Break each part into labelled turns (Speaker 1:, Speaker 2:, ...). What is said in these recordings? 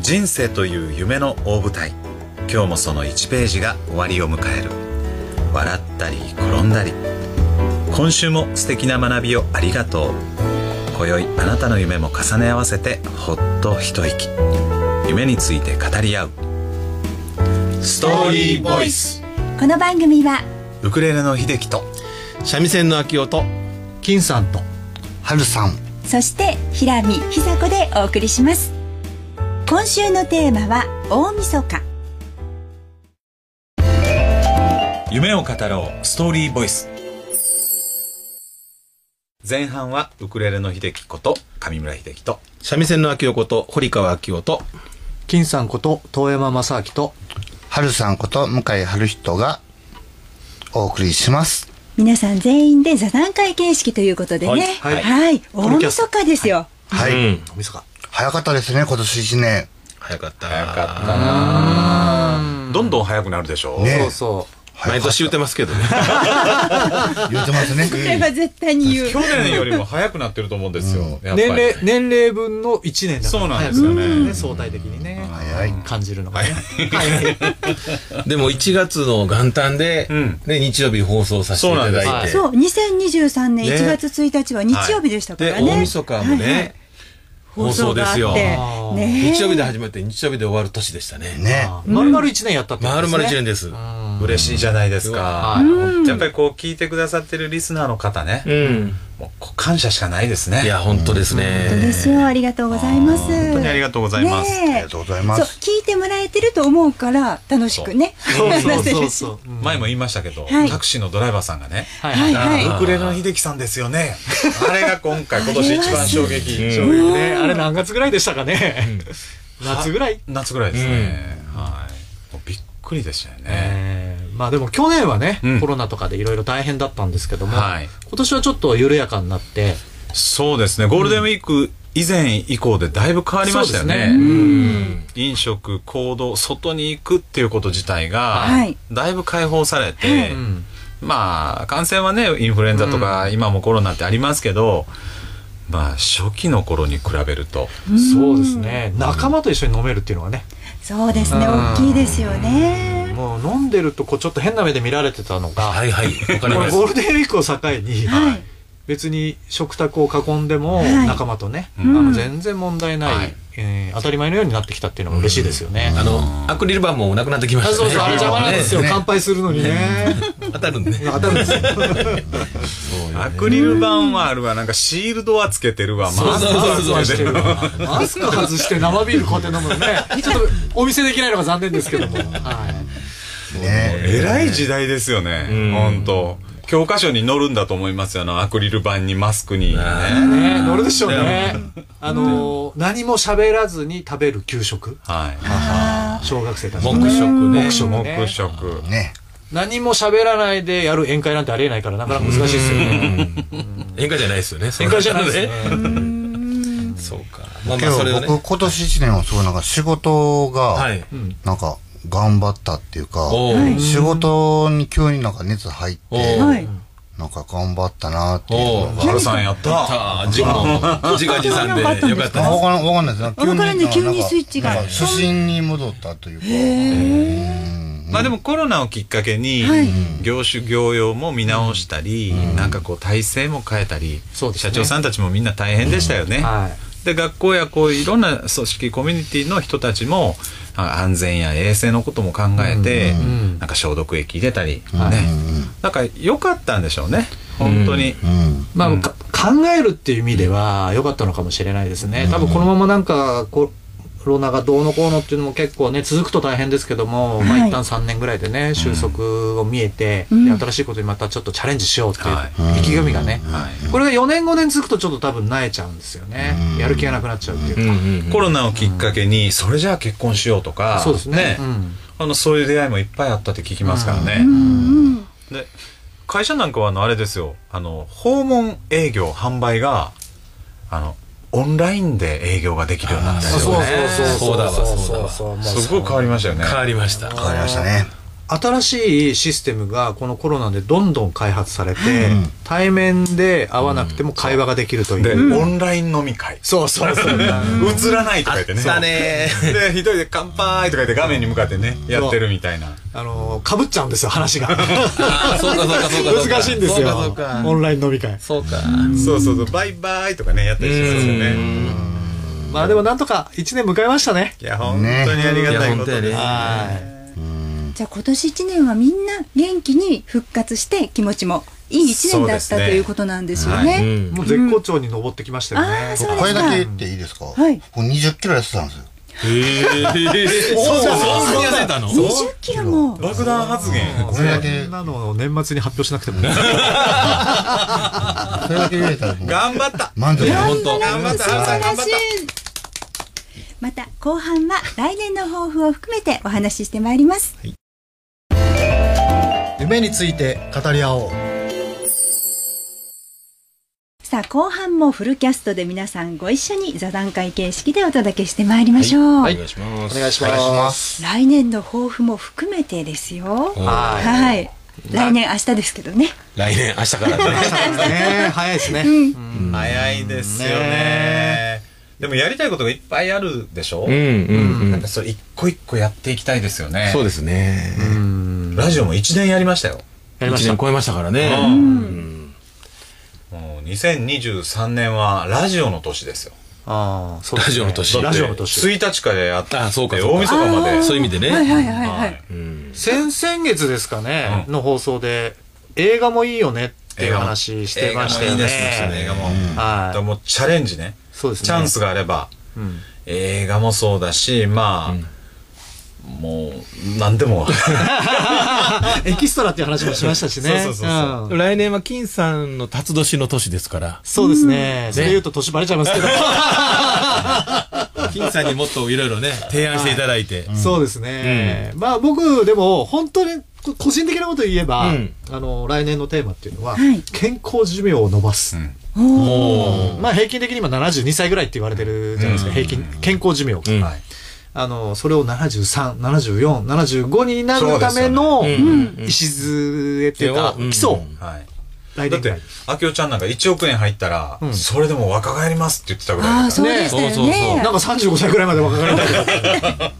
Speaker 1: 人生という夢の大舞台今日もその1ページが終わりを迎える笑ったり転んだり今週も素敵な学びをありがとう今宵あなたの夢も重ね合わせてほっと一息夢について語り合うストーリーボイス
Speaker 2: この番組は
Speaker 1: ウクレレの秀樹と
Speaker 3: 三味線の秋音金さんと
Speaker 4: 春さん
Speaker 2: そして平見久子でお送りします今週のテーマは大晦日
Speaker 1: 夢を語ろうストーリーボイス前半はウクレレの秀樹こと上村秀樹と
Speaker 3: 三味線の秋音と堀川秋音と
Speaker 5: 金さんこと遠山正明と
Speaker 4: 春さんこと向井春人がお送りします
Speaker 2: 皆さん全員で座談会形式ということでね
Speaker 3: はい
Speaker 2: は、
Speaker 3: はいい
Speaker 2: 大晦日ですよ、
Speaker 4: はい、
Speaker 3: うんおみそか
Speaker 4: 早かったですね今年一年
Speaker 3: 早かった
Speaker 1: 早かったなどんどん早くなるでしょう、
Speaker 4: ね
Speaker 5: そうそ
Speaker 3: 毎年言ってますけどね
Speaker 4: 言ってますね
Speaker 2: これ は絶対に言う
Speaker 1: 去年よりも早くなってると思うんですよ、やっぱり
Speaker 5: う年齢年齢分の1年だから
Speaker 1: そうなんですよね
Speaker 5: 早くね相対的にね
Speaker 4: 早い
Speaker 5: 感じるのがねはい
Speaker 3: でも1月の元旦で、
Speaker 1: ん
Speaker 3: ね、日曜日放送させていただいて
Speaker 1: そうなん
Speaker 5: で
Speaker 2: そう2023年1月1日は日曜日でしたからね、
Speaker 3: で大晦日もね、
Speaker 2: はいはい
Speaker 3: 放送ですよ
Speaker 2: 放送があってね
Speaker 3: 日曜日で始めて日曜日で終わる年でしたね
Speaker 4: ね
Speaker 5: まるまる1年やったってこ
Speaker 3: ま
Speaker 5: とで
Speaker 3: る
Speaker 5: す
Speaker 3: ま
Speaker 5: ね
Speaker 3: る1年ですう
Speaker 1: 嬉しいじゃないですか、
Speaker 5: うん
Speaker 1: やっぱりこう聞いてくださってるリスナーの方ね、
Speaker 3: ん
Speaker 1: もうこう感謝しかないですね
Speaker 3: いや本当です
Speaker 2: 本当
Speaker 3: ね
Speaker 2: ですよありがとうございます
Speaker 1: 本当にありがとうございます
Speaker 4: あり
Speaker 2: ねえ
Speaker 4: がとうございま
Speaker 2: そ
Speaker 4: す
Speaker 2: う聞いてもらえてると思うから楽しくね
Speaker 5: そうそう
Speaker 2: 話せ
Speaker 5: そ
Speaker 2: る
Speaker 5: う
Speaker 2: し
Speaker 5: そううん
Speaker 1: 前も言いましたけど、
Speaker 2: はい
Speaker 1: タクシーのドライバーさんがね、
Speaker 5: はい
Speaker 2: はいはい
Speaker 1: ウクレレの秀樹さんですよね。 あれが今回、今年一番衝撃。
Speaker 5: そういうねあれ何月ぐらいでしたかね夏ぐらい
Speaker 1: 夏ぐらいですね。はい。もうびっくりでしたよね。
Speaker 5: えーまあでも去年はね、
Speaker 1: うん
Speaker 5: コロナとかでいろいろ大変だったんですけども、
Speaker 1: はい
Speaker 5: 今年はちょっと緩やかになって
Speaker 1: そうですね。ゴールデンウィーク以前以降でだいぶ変わりましたよ
Speaker 5: そうですね
Speaker 1: ね。飲食、行動、外に行くっていうこと自体が
Speaker 2: はい、
Speaker 1: だいぶ解放されて、
Speaker 5: ん
Speaker 1: まあ、感染はね、インフルエンザとか、今もコロナってありますけど、まあ、初期の頃に比べると、
Speaker 5: そうですね仲間と一緒に飲めるっていうのはね
Speaker 2: そうですね大きいですよね
Speaker 5: もう飲んでるとこうちょっと変な目で見られてたのが、
Speaker 3: はいはいわか
Speaker 5: これ
Speaker 3: ります
Speaker 5: ゴールデンウィークを境に、
Speaker 2: はい
Speaker 5: 別に食卓を囲んでも
Speaker 2: はい
Speaker 5: 仲間とね、
Speaker 1: うん
Speaker 5: あの全然問題ない、
Speaker 1: はい
Speaker 5: えー当たり前のようになってきたっていうのが嬉しいですよね、
Speaker 3: あのアクリル板もなくなってきま
Speaker 5: あ
Speaker 3: したね
Speaker 5: そうそうあれ邪魔なんですよ、
Speaker 4: ね
Speaker 5: 乾杯するのにね
Speaker 3: 当たるんで
Speaker 5: 当たるんですよ
Speaker 1: アクリル板はあるわ、なんかシールドはつけてるわ、
Speaker 3: そうそうそうそう
Speaker 1: マ
Speaker 5: マ
Speaker 1: ス
Speaker 5: ス
Speaker 1: クはつけ
Speaker 5: ク
Speaker 1: てるわ
Speaker 5: 外してマスク外して生ビールこうやって飲むのねちょっとお見せできないのが残念ですけども、はい、
Speaker 4: ね
Speaker 1: えらい時代ですよね、本当教科書に載るんだと思いますよ、あの、アクリル板にマスクに、ね。
Speaker 5: ね乗るでしょうねあのー何も喋らずに食べる給食
Speaker 1: はい。
Speaker 5: 小学生たちの
Speaker 3: 黙食ね
Speaker 5: 黙食ね
Speaker 1: 黙食。
Speaker 4: ね
Speaker 5: 何も喋らないでやる宴会なんてありえないからなかなか難しいですよね
Speaker 3: 宴会じゃないですよね 宴
Speaker 5: 宴会じゃないですね
Speaker 3: そうかまあ
Speaker 4: け
Speaker 3: まあ
Speaker 4: ど
Speaker 3: それをね
Speaker 4: 僕今年一年はすごいなんか仕事が、
Speaker 3: はい
Speaker 4: なんか頑張ったっていうか
Speaker 3: おー
Speaker 4: 仕事に急になんか熱入っ
Speaker 3: お
Speaker 4: て
Speaker 3: ー
Speaker 2: はい
Speaker 4: なんか頑張ったなっていう
Speaker 3: おー
Speaker 1: 春さんやった。
Speaker 3: ああ自分自画自賛でよかっ
Speaker 4: あ
Speaker 3: た
Speaker 4: わからん、わかんないです。
Speaker 2: わからんね急にスイッチが
Speaker 4: なんか初心に戻ったというか。
Speaker 1: まあでもコロナをきっかけに
Speaker 2: はい、
Speaker 1: 業種業用も見直したり、なんかこう体制も変えたり、
Speaker 5: そうです
Speaker 1: 社
Speaker 5: ね
Speaker 1: 長さんたちもみんな大変でしたよね。
Speaker 5: は
Speaker 1: で学校やこういろんな組織コミュニティの人たちもあ安全や衛生のことも考えて、
Speaker 5: ん
Speaker 1: なんか消毒液入れたり、
Speaker 5: はい
Speaker 1: ね、なんか良かったんでしょうね本当に、
Speaker 4: うん。
Speaker 5: いまあ、か考えるっていう意味では良かったのかもしれないですね多分このままなんかコロナがどうのこうのっていうのも結構ね続くと大変ですけども、まあ
Speaker 2: はい
Speaker 5: 一旦3年ぐらいでね収束を見えて、
Speaker 2: うん
Speaker 5: で新しいことにまたちょっとチャレンジしようっていう
Speaker 1: はい
Speaker 5: 意気込みがね、
Speaker 1: はい
Speaker 5: これが4年5年続くとちょっと多分萎えちゃうんですよね、やる気がなくなっちゃうっていうか、
Speaker 3: うん
Speaker 1: コロナをきっかけにそれじゃあ結婚しようとか
Speaker 5: そうですねうん
Speaker 1: あのそういう出会いもいっぱいあったって聞きますからね、
Speaker 2: うん
Speaker 1: で会社なんかはあのあれですよあの訪問営業販売があのオンラインで営業ができるようになったり
Speaker 3: あ
Speaker 1: と
Speaker 3: そ
Speaker 1: か
Speaker 3: う
Speaker 1: ね
Speaker 3: そうだわそうだわ
Speaker 5: そう
Speaker 1: すごい変わりましたよね
Speaker 3: 変わりました
Speaker 4: わかりましたね。
Speaker 5: 新しいシステムがこのコロナでどんどん開発されて、
Speaker 4: うん
Speaker 5: 対面で会わなくても会話ができるという、
Speaker 1: で、オンライン飲み会。
Speaker 5: そうそうそう
Speaker 1: 映らないとか言ってね。
Speaker 3: ね
Speaker 1: で、一人で乾杯とか言って画面に向かってね、やってるみたいな。
Speaker 5: あのかぶっちゃうんですよ話が
Speaker 3: あーそうかそうかそうかそうか
Speaker 5: 難しいんですよ
Speaker 3: そうか
Speaker 5: オンライン飲み会
Speaker 3: そうか
Speaker 1: そうそうそう、バイバイとかね、やったりしますよ
Speaker 3: う
Speaker 1: ね。
Speaker 3: ん
Speaker 5: まあでもなんとか1年迎えましたね
Speaker 1: いや、本当にありがたいこと
Speaker 3: ね
Speaker 1: で
Speaker 3: いや本当やね
Speaker 1: す。
Speaker 5: は
Speaker 2: じゃあ今年1年はみんな元気に復活して気持ちもいい1年だっ
Speaker 1: そ
Speaker 2: た、
Speaker 1: うですね
Speaker 2: ということなんですよね。
Speaker 3: う
Speaker 2: うん
Speaker 5: い
Speaker 3: ん
Speaker 5: もう絶好調に登ってきましたよ
Speaker 2: あ
Speaker 5: ね
Speaker 2: ー、そうですか
Speaker 4: これだけ言っていいですか
Speaker 2: はい
Speaker 4: 僕20キロ痩せたんですよ。
Speaker 3: ええそうかそんなに痩せたの
Speaker 2: 20キロも
Speaker 1: 爆弾発言。
Speaker 5: もう
Speaker 4: これだけ
Speaker 5: そんなのを年末に発表しなくてもね
Speaker 4: それだけ言えた らもう
Speaker 1: 頑張った
Speaker 4: 満足
Speaker 3: いや
Speaker 4: です。
Speaker 3: 本当
Speaker 1: 頑張った
Speaker 2: 素晴ら
Speaker 1: 頑張っ
Speaker 2: しいまた後半は来年の抱負を含めてお話ししてまいります
Speaker 6: 夢について語り合おう
Speaker 2: さあ後半もフルキャストで皆さんご一緒に座談会形式でお届けしてまいりましょう、
Speaker 3: お願いします
Speaker 5: お願いしま
Speaker 4: お願いし
Speaker 5: す
Speaker 4: ます。
Speaker 2: 来年の抱負も含めてですよ
Speaker 5: は
Speaker 2: はい来年明日ですけどね
Speaker 3: 来年明日からね
Speaker 5: いね早いですね、
Speaker 1: 早いですよねでもやりたいことがいっぱいあるでしょ、
Speaker 3: うんうんう
Speaker 1: なん
Speaker 3: ん
Speaker 1: かそれ一個一個やっていきたいですよね
Speaker 3: そうですね
Speaker 1: ラジオも1年やりましたよ
Speaker 5: やりまし
Speaker 3: 一
Speaker 5: た
Speaker 3: 年超えましたからね
Speaker 1: う
Speaker 3: うん
Speaker 1: もう2023年はラジオの年ですよ
Speaker 5: ああそう
Speaker 3: ラジオの年
Speaker 5: ラジオの年
Speaker 1: 1日からやって
Speaker 3: あそうかそうか
Speaker 1: 大晦日まで
Speaker 3: そういう意味で
Speaker 2: はい
Speaker 3: ね
Speaker 2: はいはいはい、
Speaker 1: はい
Speaker 3: うん
Speaker 5: 先々月ですかね、
Speaker 1: う
Speaker 5: の放送で映画もいいよねっていう
Speaker 1: 映画も
Speaker 5: 話してましたよね。
Speaker 1: 映画もいいですね映画も、だから
Speaker 5: は
Speaker 1: もうチャレンジね
Speaker 5: い。そうですね。
Speaker 1: チャンスがあれば
Speaker 5: うん。
Speaker 1: 映画もそうだしまあ、もう何でも
Speaker 5: エキストラっていう話もしましたしね。
Speaker 1: そうそうそうそうん
Speaker 3: 来年は金さんの辰年の年ですから
Speaker 5: そうですね。それ言うと年バレちゃいますけど。
Speaker 3: 金さんにもっといろいろね提案していただいて
Speaker 5: そうですね。まあ僕、でも本当にこ個人的なこと言えば、
Speaker 3: うん
Speaker 5: あの、来年のテーマっていうのは、
Speaker 2: はい
Speaker 5: 健康寿命を伸ばす。
Speaker 3: も
Speaker 5: まあ平均的に今72歳ぐらいって言われてるじゃないですか、平均、健康寿命が。
Speaker 3: ううん
Speaker 1: はい
Speaker 5: あの、それを73、74、75になるための、
Speaker 3: そうですよねうん
Speaker 5: 礎っていうか、
Speaker 3: うん
Speaker 5: 基礎を
Speaker 1: はい
Speaker 5: 来
Speaker 1: だっ
Speaker 5: 年ぐら
Speaker 1: て
Speaker 5: い。、
Speaker 1: あきおちゃんなんか1億円入ったら、
Speaker 5: ん
Speaker 1: それでも若返りますって言ってたぐらいだ
Speaker 2: あ
Speaker 1: か
Speaker 2: あ
Speaker 1: ら。
Speaker 2: そうでしたよね
Speaker 3: ねそうそうそう
Speaker 5: なんか35歳ぐらいまで若かりた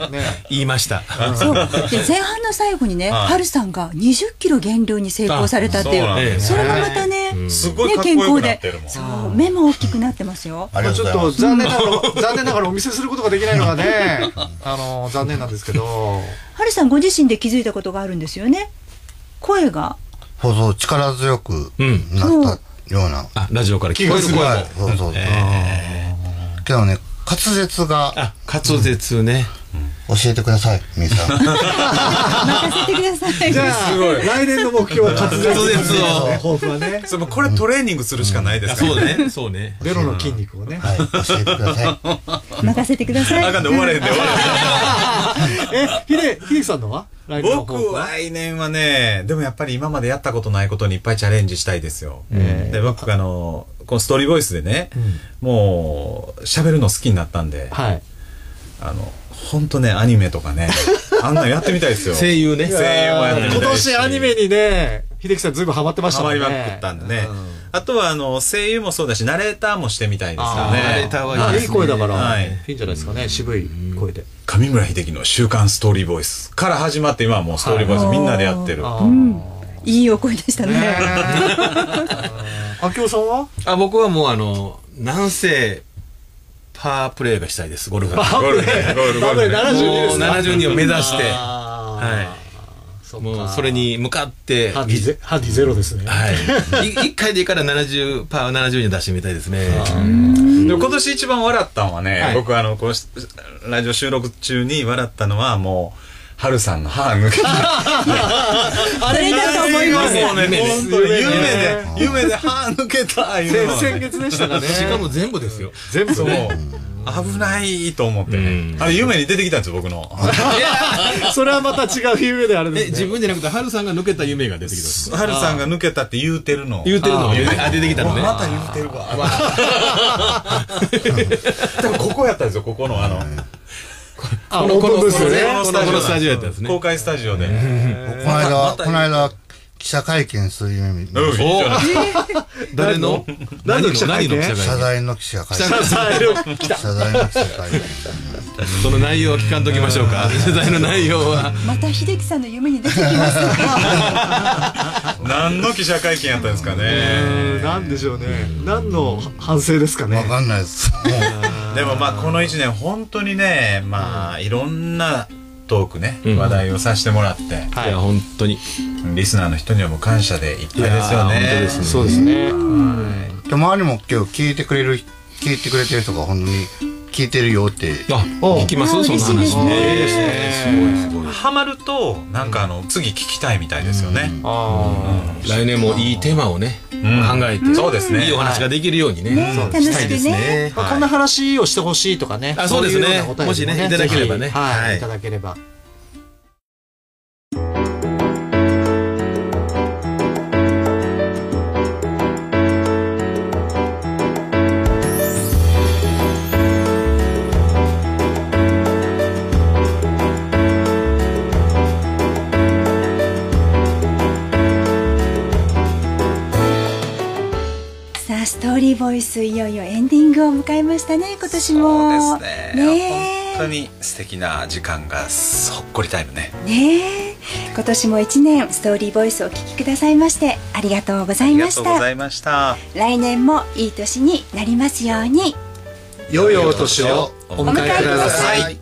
Speaker 5: いね。
Speaker 3: 言いました
Speaker 2: そうで前半の最後にね、
Speaker 1: はい
Speaker 2: ハルさんが20キロ減量に成功されたってい
Speaker 1: あそうなん
Speaker 2: う
Speaker 1: で
Speaker 2: そ
Speaker 1: す
Speaker 2: れがまたね、ね
Speaker 1: すごいかっこよくなってるもん。
Speaker 2: そう目も大きくなってますよ
Speaker 4: あり
Speaker 5: ま
Speaker 4: が
Speaker 5: あ
Speaker 4: と
Speaker 5: ち
Speaker 4: う
Speaker 5: ょ
Speaker 4: ご
Speaker 5: っ
Speaker 4: ざい
Speaker 5: と
Speaker 4: ます。
Speaker 5: 残念ながら、残念ながらお見せすることができないの がね、あの、残念なんですけど、
Speaker 2: ハルさんご自身で気づいたことがあるんですよね声が
Speaker 4: そうそう、力強く
Speaker 3: うん
Speaker 4: なったような。
Speaker 3: あラジオから聞こえる声も
Speaker 4: はいそうそう。けどね、滑舌が
Speaker 3: あ滑舌ね
Speaker 4: 教えてください、みーさん。
Speaker 2: 任せてください
Speaker 5: じゃあ、来年の目標は滑舌。
Speaker 3: 滑舌を
Speaker 5: 抱負はね、
Speaker 1: それもこれトレーニングするしかないです
Speaker 3: あ
Speaker 1: か
Speaker 3: そ
Speaker 1: ら
Speaker 3: うねそうね
Speaker 5: ベロの筋肉をね。
Speaker 4: はい、教えてください。
Speaker 2: 任せてください
Speaker 1: あかんで終われへんで終われへん
Speaker 5: え、ひで、ひできさんのは来年の
Speaker 1: 僕
Speaker 5: 抱負は
Speaker 1: 来年はね、でもやっぱり今までやったことないことにいっぱいチャレンジしたいですよ。で、僕あの、このストーリーボイスでね、もう喋るの好きになったんで、
Speaker 5: はい。
Speaker 1: あの、ほんとね、アニメとか ね、あんなんやってみたいですよ。
Speaker 3: 声優ね
Speaker 1: 声優もやってみたいし
Speaker 5: 今年アニメにね、秀樹さんずいぶんハマってました
Speaker 1: ハ
Speaker 5: も
Speaker 1: マ
Speaker 5: ん
Speaker 1: り
Speaker 5: ね。
Speaker 1: まくったんでね
Speaker 5: う。
Speaker 1: あとはあの、声優もそうだし、ナレーターもしてみたいですよ
Speaker 5: あー
Speaker 1: ね。
Speaker 5: ナレーターはいい声だから、
Speaker 1: はい
Speaker 5: い、いんじゃないですかね、渋い声で。
Speaker 1: 上村秀樹の週刊ストーリーボイスから始まって今はもうストーリーボイスみんなでやってる。
Speaker 5: あ
Speaker 1: あ
Speaker 5: ー
Speaker 2: いいお声でしたね
Speaker 5: あきおさんは
Speaker 3: あ僕はもうあの南西パープレーがしたいですゴルフの
Speaker 1: ゴールね、ゴール、ゴ
Speaker 5: ダブ
Speaker 1: ール
Speaker 5: ル
Speaker 1: ね。
Speaker 5: 72で
Speaker 3: もう
Speaker 5: すか
Speaker 3: 72を目指して、
Speaker 5: は。
Speaker 3: はい
Speaker 5: そっ
Speaker 3: い、
Speaker 5: か
Speaker 3: もうそれ。に向かって、
Speaker 5: ハ
Speaker 3: は
Speaker 5: ンディゼハンディゼロですね。
Speaker 3: い、い一回でいいから70パー70には出してみたいですね。
Speaker 1: でも今年一番笑ったのはね、
Speaker 3: はい
Speaker 1: 僕あの、このラジオ収録中に笑ったのはもう、春さんの歯抜け た。
Speaker 5: あれだと思いま
Speaker 1: も
Speaker 5: す。
Speaker 1: うね、本当に夢で、夢で歯抜けたいうのは
Speaker 5: 先々
Speaker 1: ね
Speaker 5: 月でしたかね。
Speaker 3: しかも全部ですよ。
Speaker 5: 全部
Speaker 1: そう
Speaker 5: ね。
Speaker 1: 危ないと思ってね
Speaker 3: う。ん
Speaker 1: あれ夢に出てきたんですよ、僕の。
Speaker 5: それはまた違う夢であれ
Speaker 3: え、
Speaker 5: です
Speaker 3: 自
Speaker 5: ね。
Speaker 3: 分じゃなくて、ハルさんが抜けた夢が出てきた。
Speaker 1: 春さんが抜けたって言うてるの。
Speaker 3: 言うてるの
Speaker 5: あ
Speaker 3: を
Speaker 5: ー
Speaker 3: あ、出てきたのね。
Speaker 1: また言うてるわ。でもここやったんですよ、ここのあの。
Speaker 5: あ
Speaker 3: この
Speaker 5: オープンブース
Speaker 3: この
Speaker 5: ね
Speaker 3: このこのスタジオやったんですね
Speaker 1: 公開スタジオで。
Speaker 4: この間、この間、記者会見する夢見
Speaker 1: うん
Speaker 3: お 誰の何の何の記者
Speaker 4: 謝
Speaker 3: 会
Speaker 4: 罪の記者会
Speaker 3: 記者会
Speaker 4: 見。
Speaker 5: はい
Speaker 4: 謝罪の記者会見。
Speaker 3: 見その内容は聞かんときましょうか 取材の内容は
Speaker 2: また秀樹さんの夢に出てきますか
Speaker 1: 何の記者会見やったんですかね。
Speaker 5: 何でしょうね何の反省ですかね
Speaker 4: わかんないです。も
Speaker 1: でもまあこの1年本当にねまあいろんなトークね、
Speaker 3: うん
Speaker 1: 話題をさせてもらって
Speaker 3: いや本当に
Speaker 1: リスナーの人にはもう感謝でいっぱいですよね
Speaker 3: いやー本当ですね
Speaker 5: そうですね
Speaker 4: うで周りも今日聞いてくれる、聞いてくれてる人が本当に聞いてるよって。
Speaker 3: あ聞きますそんな
Speaker 2: 嬉しいです
Speaker 3: 話
Speaker 2: ね
Speaker 3: えーすごいすごい
Speaker 1: ハマるとなんかあの次聞きたいみたいですよね、
Speaker 5: あ
Speaker 3: 来年もいいテーマをね
Speaker 1: うん
Speaker 3: 考えて
Speaker 1: そうですね
Speaker 3: いいお話ができるように
Speaker 2: ね
Speaker 3: ねそう
Speaker 2: 楽しくね
Speaker 3: したいですね
Speaker 5: あこんな話をしてほしいとかね
Speaker 3: あそうですね
Speaker 5: いようなお便り
Speaker 3: もしねいただければね
Speaker 5: ぜひはい
Speaker 3: はい
Speaker 5: いただければ
Speaker 2: さあストーリーボイスいよいよエンディングを迎えましたね今年も
Speaker 1: そうですね
Speaker 2: ねえ
Speaker 1: 本当に素敵な時間がそっこりタイムね
Speaker 2: ねえ今年も1年ストーリーボイスをお聞きくださいましてありがとうござ
Speaker 1: あ
Speaker 2: い
Speaker 1: り
Speaker 2: ま
Speaker 1: が
Speaker 2: し
Speaker 1: とうご
Speaker 2: た
Speaker 1: ざいました
Speaker 2: 来年もいい年になりますように
Speaker 5: 良いお年をお
Speaker 1: お
Speaker 5: 迎えください
Speaker 4: はい。